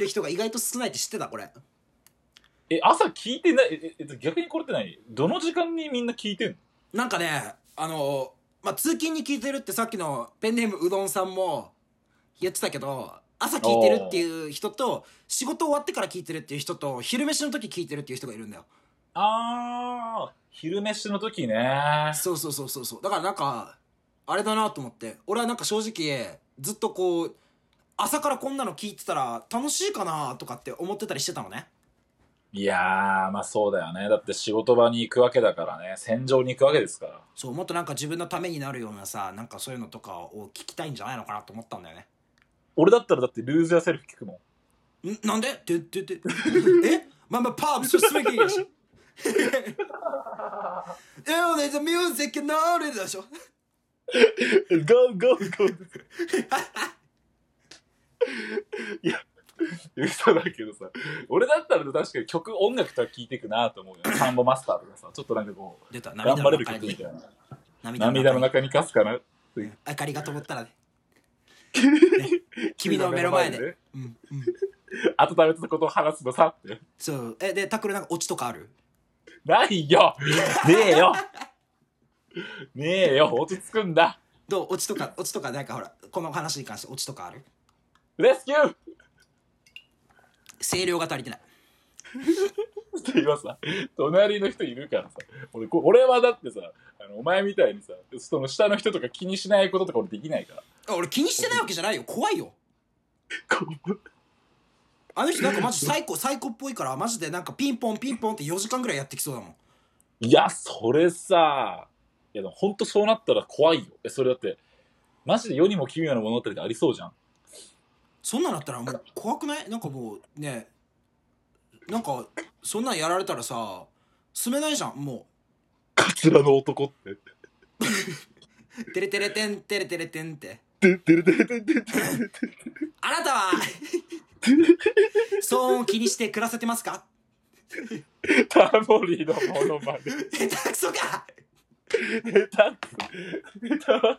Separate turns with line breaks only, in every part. る人が意外と少ないって知ってたこれ
え、朝聞いてない、え、え逆にこれって何どの時間にみんな聞いてんの
なんかねあのまあ通勤に聞いてるってさっきのペンネームうどんさんも言ってたけど朝聞いてるっていう人と仕事終わってから聞いてるっていう人と昼飯の時聞いてるっていう人がいるんだよ
あー、昼飯の時ね。
そうそうそうそうそうだからなんかあれだなと思って俺はなんか正直ずっとこう朝からこんなの聞いてたら楽しいかなとかって思ってたりしてたのね
いやー、まあそうだよね。だって仕事場に行くわけだからね。戦場に行くわけですから。
そうもっとなんか自分のためになるようなさなんかそういうのとかを聞きたいんじゃないのかなと思ったんだよね
俺だったらだってルーズやセルフ聞くもん。
んなんでてて てえまあまあパーブすすべきやし でもねじゃミュージックなるでしょ
ゴーゴーゴー。いや、嘘だけどさ、俺だったら確かに曲、音楽とは聴いていくなと思うよ。サンボマスターとかさ、ちょっとなんかこう、
出た
頑
涙
張
の
れる
中
曲みたい
に
な。
涙
涙
の
の
中に
中にかすかな。
明かりが灯ったら ねね君の目の前で。うんうん
温めてたことを話すのさって。
そうえでタックルなんかオチとかある
ないよねえよねえよ落ち着くんだ
どうオチとかオチとかなんかほらこの話に関してオチとかある
レスキュー
声量が足りてない
って今さ、隣の人いるからさ、俺、こ俺はだってさ、あのお前みたいにさ、その下の人とか気にしないこととか俺できないから。
あ俺気にしてないわけじゃないよ怖いよ
こう
あの人なんかマジサイコサイコっぽいからマジでなんかピンポンピンポンって4時間ぐらいやってきそうだもん
いや、それさ、いやでも本当そうなったら怖いよ。え、それだって、マジで世にも奇妙な物語ってありそうじゃん。
そんなんなったらもう怖くないなんかもうねなんかそんなんやられたらさ住めないじゃんも
カツラの男って。
うテレテレテンテレテレテンって
ででででででで
あなたは騒音を気にして暮らせてますか
タモリのものまで。
下手くそか
下手くそ下手は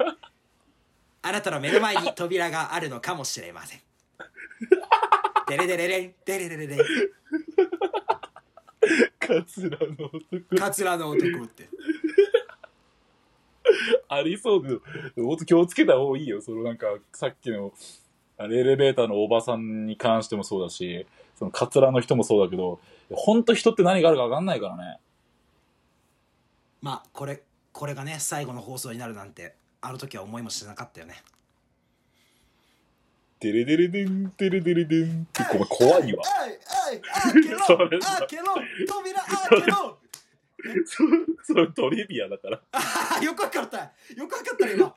あなたの目の前に扉があるのかもしれません。デレデレレン、デレデレレン、
カツラの男
カツラの男って。
ありそうで、もっと気をつけた方がいいよ。そのなんか、さっきの、あれエレベーターのおばさんに関してもそうだし、そのカツラの人もそうだけど、ほんと人って何があるか分かんないからね。
まあ、これ、これがね、最後の放送になるなんて、あの時は思いもしなかったよね。
デレデレデン、デレデレデンって、ごめん、怖いわ。
おいおい、開け
それ
ろ開けろ扉開けろ
そ それトリビアだから。
あよくわかったよくわかった今。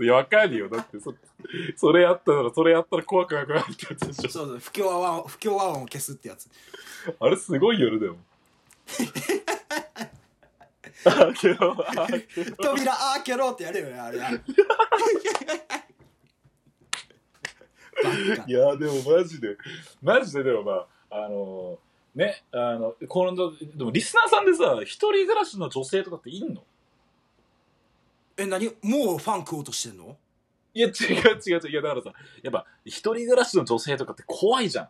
いや、分かるよ。だってそ、それやったら、それやったら怖くなくなるってやつでし
そうそう、不協和音、不協和音を消すってやつ。
ょ。あれすごいよね、で も。あけど、あけど。
扉開けろってやるよね、あれ。バカ
い。やでもマジでマジででもまああのねあのこのでもリスナーさんでさ一人暮らしの女性とかっていんの
え、何もうファン食おうとしてんの
いや違う違う違ういやだからさやっぱ一人暮らしの女性とかって怖いじゃん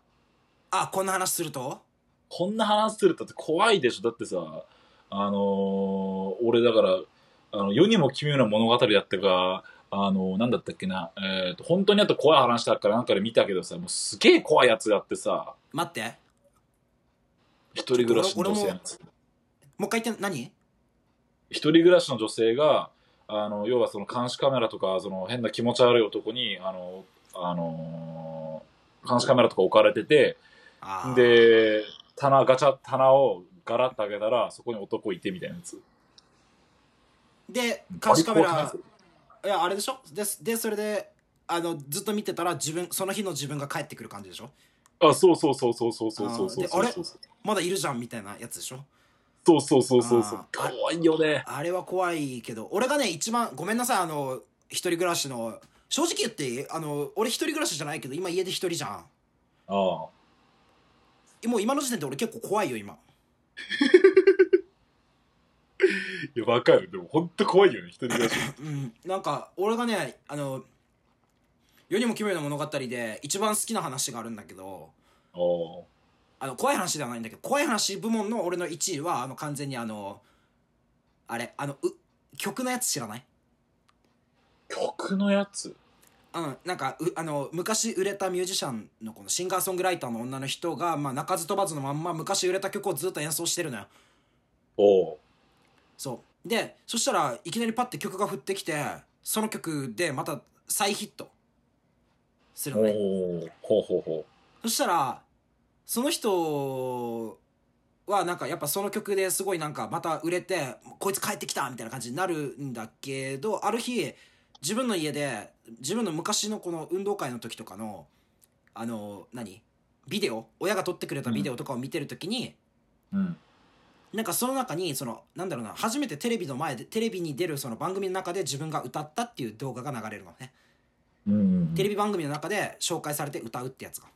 あ、こんな話すると
こんな話するとって怖いでしょだってさあのー俺だからあの世にも奇妙な物語だったかあのなんだったっけな、えー、と本当にあと怖い話だからなんかで見たけどさもうすげえ怖いやつだってさ
待って。
一人暮らしの女
俺
性の
も
やつ
もう一回言って、何
一人暮らしの女性があの要はその監視カメラとかその変な気持ち悪い男にあの、あのー監視カメラとか置かれてて
あー、
で棚ガチャ棚をガラッと開けたらそこに男いてみたいなやつ
で、監視カメ
バリ怖
ラ
くない、
いや、あれでしょで、でそれで、あの、ずっと見てたら、自分、その日の自分が帰ってくる感じでしょ
あそうそうそうそうそうそうそうそうそ
あー
う
であれ
そう
まだいるじゃんみたいなやつでしょ
そうそうそうそうそう
あー
怖いよね
あれは怖いけど、俺がね、一番、ごめんなさい、あの、一人暮らしの、正直言っていいあの、俺一人暮らしじゃないけど、今家で一人じゃ
ああ
ん。もう今の時点で俺結構怖いよ、今。
いやわかるでも本当怖いよね一人暮らし
うん、なんか俺がねあの「世にも奇妙な物語」で一番好きな話があるんだけど
あお
あの、怖い話ではないんだけど、怖い話部門の俺の1位は、あの、完全にあの、あれ、あの、う、曲のやつ知らない
曲のやつ
うん、なんか、う、あの、昔売れたミュージシャンのこのシンガーソングライターの女の人が、まあ、鳴かず飛ばずのまんま昔売れた曲をずっと演奏してるのよ。
おう
そう。で、そしたらいきなりパッて曲が降ってきて、その曲でまた再ヒットするの
お
ね。
うほうほうほ
そしたら、その人はなんかやっぱその曲ですごいなんかまた売れて、こいつ帰ってきたみたいな感じになるんだけど、ある日、自分の家で、自分の昔のこの運動会の時とかの、あの、何ビデオ親が撮ってくれたビデオとかを見てる時に、
ううん
なんかその中にそのなんだろうな初めてテレビの前でテレビに出るその番組の中で自分が歌ったっていう動画が流れるのね、
うんうん
テレビ番組の中で紹介されて歌うってやつが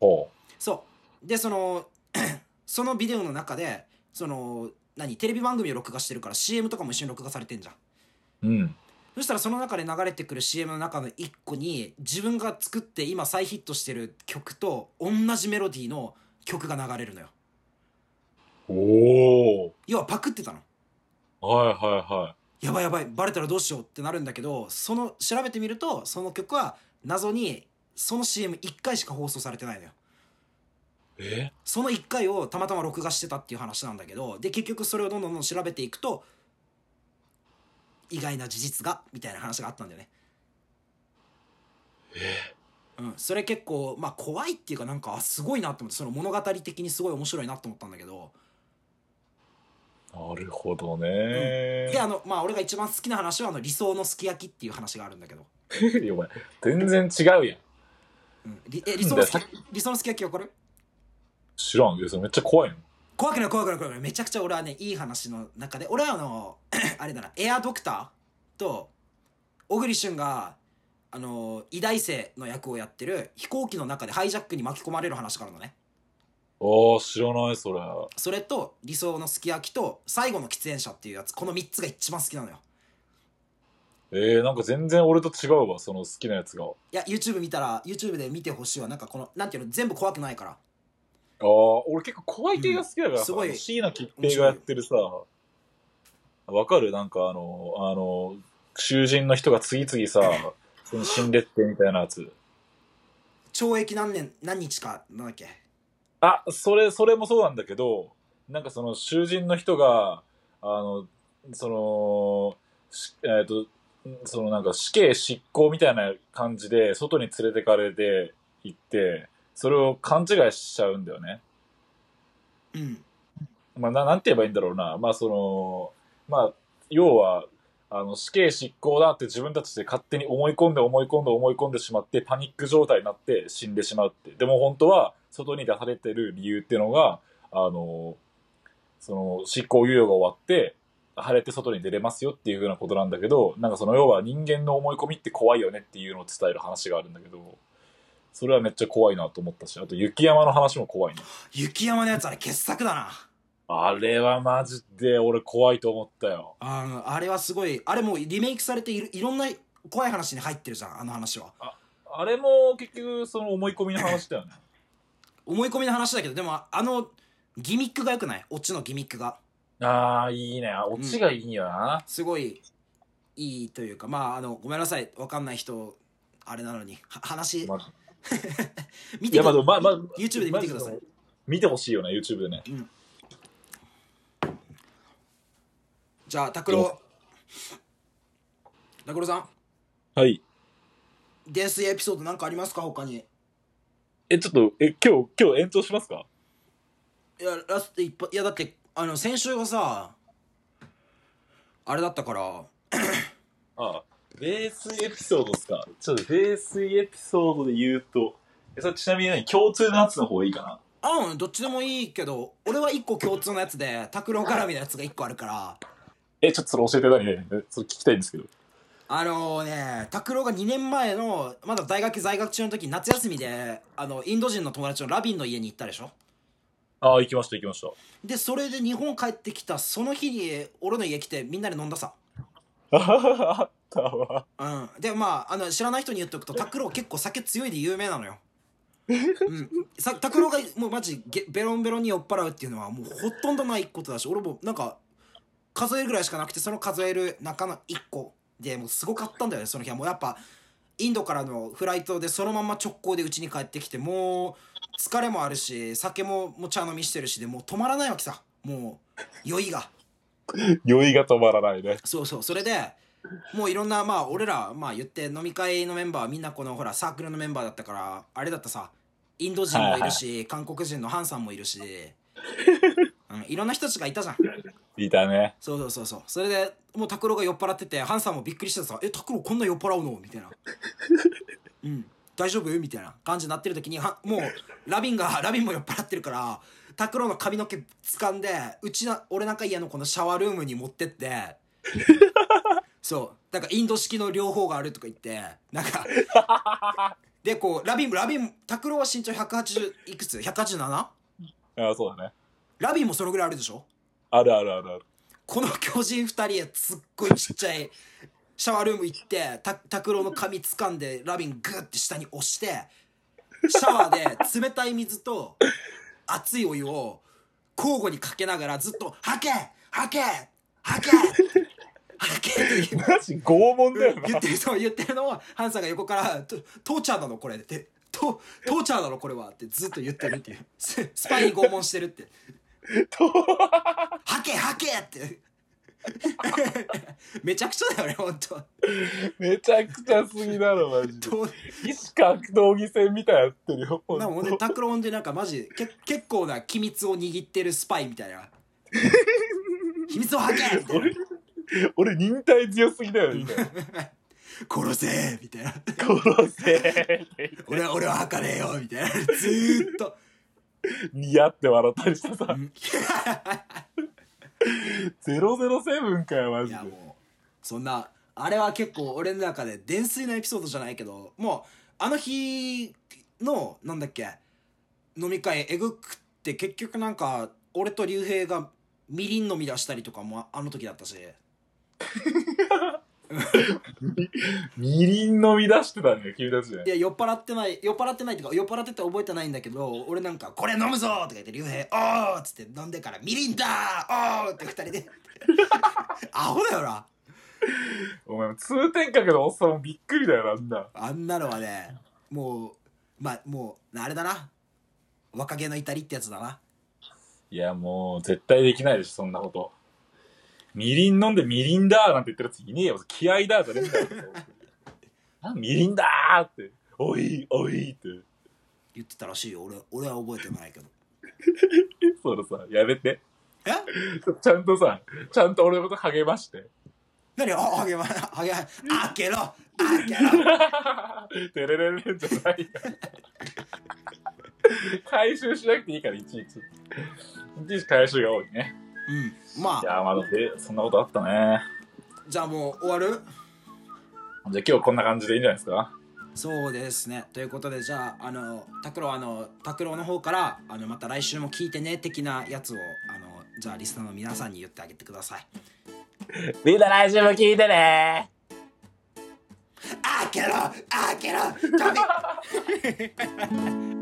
ほ
そうでその そのビデオの中でその何テレビ番組を録画してるから CM とかも一緒に録画されてんじゃん
ううん
そしたらその中で流れてくる CM の中の1個に自分が作って今再ヒットしてる曲と同じメロディーの曲が流れるのよ
おお
要はパクってたの
はいはいはい
やばいやばいバレたらどうしようってなるんだけどその調べてみるとその曲は謎にその CM1 回しか放送されてないのよ
え
その1回をたまたま録画してたっていう話なんだけどで結局それをどんどんどんどん調べていくと意外な事実がみたいな話があったんだよねうん、それ結構まあ怖いっていうかなんかあすごいなと思ってその物語的にすごい面白いなと思ったんだけど
なるほどね
であのまあ俺が一番好きな話はあの理想のすき焼きっていう話があるんだけど、
いやお前全然違うやん
うん、りえ理想のすき
なん
理想のすき焼きわかる
知らんいやそれめっちゃ怖いの
怖くない怖くない怖くないめちゃくちゃ俺はねいい話の中で俺はあの あれだなエアドクターと小栗旬があの医大生の役をやってる飛行機の中でハイジャックに巻き込まれる話からのね
ああ知らないそれ
それと理想のすき焼きと最後の喫煙者っていうやつこの3つが一番好きなのよ
えー、なんか全然俺と違うわその好きなやつがあ
いや YouTube 見たら YouTube で見てほしいわなんかこのなんていうの全部怖くないから
あー俺結構怖い系が好きだから
うん
さ、
すごい
椎名桔平がやってるさわかるなんかあのあの囚人の人が次々さその心列ってみたいなやつ
懲役何年何日かなんだっけ
あ、それ、それもそうなんだけど、なんかその囚人の人が、あの、その、しえっ、と、そのなんか死刑執行みたいな感じで、外に連れてかれて行って、それを勘違いしちゃうんだよね。
うん
まあ、ななんて言えばいいんだろうな。まあ、その、まあ、要は、あの、死刑執行だって自分たちで勝手に思い込んで思い込んで思い込んでしまって、パニック状態になって死んでしまうって。でも本当は、外に出されてる理由っていうのが、あの、その、執行猶予が終わって、晴れて外に出れますよっていうふうなことなんだけど、なんかその要は人間の思い込みって怖いよねっていうのを伝える話があるんだけど、それはめっちゃ怖いなと思ったし、あと雪山の話も怖いね。
雪山のやつあれ傑作だな
あれはマジで俺怖いと思ったよ。
あのあれはすごいあれもうリメイクされているいろんな怖い話に入ってるじゃんあの話は
あれも結局その思い込みの話だよね。
思い込みの話だけどでもああのギミックが良くないオチのギミックが
ああ、いいね。オチがいいよな。
すごいいいというかまああのごめんなさいわかんない人あれなのには話
まあ
見
い
て
や、
く
ま
だ
あ、でもまあ、まあ、
YouTube で見てください。
見てほしいよね、YouTube でね。
じゃあ拓郎拓郎さ
はい。
ん泥酔エピソードなんかありますか他に
え、ちょっと、え、今日、今日延長しますか
いやラスト一発いやだってあの先週がさあれだったから
ああ、泥酔エピソードですか。ちょっと泥酔エピソードで言うと、え、それちなみに何共通のやつの方がいいかな
あうんどっちでもいいけど俺は1個共通のやつで拓郎絡みのやつが1個あるから
え、ちょっとそれ教えてないね。えそれ聞きたいんですけど。
あのね拓郎が2年前のまだ大学在学中の時夏休みであのインド人の友達のラビンの家に行ったでしょ
ああ、行きました、行きました。
でそれで日本帰ってきたその日に俺の家来てみんなで飲んださ
あはは あったわ。
うんでまああの知らない人に言っとくと拓郎結構酒強いで有名なのようん、さ拓郎がもうマジゲベロンベロンに酔っ払うっていうのはもうほとんどないことだし俺もなんか数えるぐらいしかなくてその数える中の1個でもうすごかったんだよねその日はもうやっぱインドからのフライトでそのまま直行でうちに帰ってきてもう疲れもあるし酒ももう茶飲みしてるしでもう止まらないわけさもう酔いが。
酔いが止まらないね。
そうそうそれでもういろんなまあ俺らまあ言って飲み会のメンバーはみんなこのほらサークルのメンバーだったからあれだったさインド人もいるし、韓国人のハンさんもいる し、うん、いろんな人たちがいたじゃん
いたね。
そうそうそうそうそれでもう拓郎が酔っ払っててハンさんもびっくりしてさ「え拓郎こんな酔っ払うの?」みたいな「うん大丈夫?」みたいな感じになってる時にはもうラビンがラビンも酔っ払ってるから拓郎の髪の毛掴んでうちな俺なんか家のこのシャワールームに持ってってそうなんかインド式の両方があるとか言ってなんかでこうラビンもラビンも拓郎は身長180いくつ 187?
ああ、そうだね。
ラビンもそのぐらいあるでしょ
あるあるあるある。
この巨人2人はすっごいちっちゃいシャワールーム行ってた拓郎の髪掴んでラビングッて下に押してシャワーで冷たい水と熱いお湯を交互にかけながらずっと「はけはけはけはけ」って
マジ拷問だよ
言
な
っ。てるそう言ってるのをハンさんが横から「と父ちゃんなのこれ」って「と父ちゃんなのこれは」ってずっと言ってるっていうススパイに拷問してるって「はけはけ!」って めちゃくちゃだよね本当
めちゃくちゃすぎだろ、マジで。
と
意思格闘技戦みたいなやってるよ。ほん
なんか
と
ほんで拓郎でなんかマジけ結構な機密を握ってるスパイみたい な秘密をはけみたいな
俺俺、忍耐強すぎだよ、みたいな。
殺せみたいな
殺せ
俺は俺ははかれよみたいなずーっと
似合って笑ったりして
う
さ、
ん
007かよ、マ
い
ジで
や。もうそんなあれは結構俺の中で伝水のエピソードじゃないけどもうあの日のなんだっけ飲み会えぐくって結局なんか俺と竜兵がみりん飲み出したりとかもあの時だったし
みりん飲み出してたね、君たちね
い。や酔っ払ってない酔っ払ってないっていうか酔っ払ってて覚えてないんだけど俺なんか「これ飲むぞ!」とか言って竜兵「おー!」っつって飲んでから「みりんだーおー!」って二人 でアホだよな
お前、通天閣のおっさんもびっくりだよ、あんな。
あんなのはねもうまあもうあれだな若気の至りってやつだない
や、もう、絶対できないでしょ、そんなこと。みりん飲んでみりんだーなんて言ってるやついねえよ。気合いだーとねえんだよ。あみりんだーって。おい、おいって。
言ってたらしいよ俺俺は覚えてもないけど
それさ、やめて。
え
ちゃんとさ、ちゃんと俺のこと励まして。
何あ励ま励ま開けろ開けろ
てれれれれんじゃないから。回収しなくていいから、いちいち。いちいち回収が多いね。
うんま
い
あ
やー、まだで、そんなことあったね。
じゃあもう終わる
じゃあ今日こんな感じでいいんじゃないですか
そうですねということでじゃああの拓郎あの拓郎の方からあのまた来週も聞いてね的なやつをあのじゃあリスナーの皆さんに言ってあげてください
みんな来週も聞いてね
開けろ開けろダメ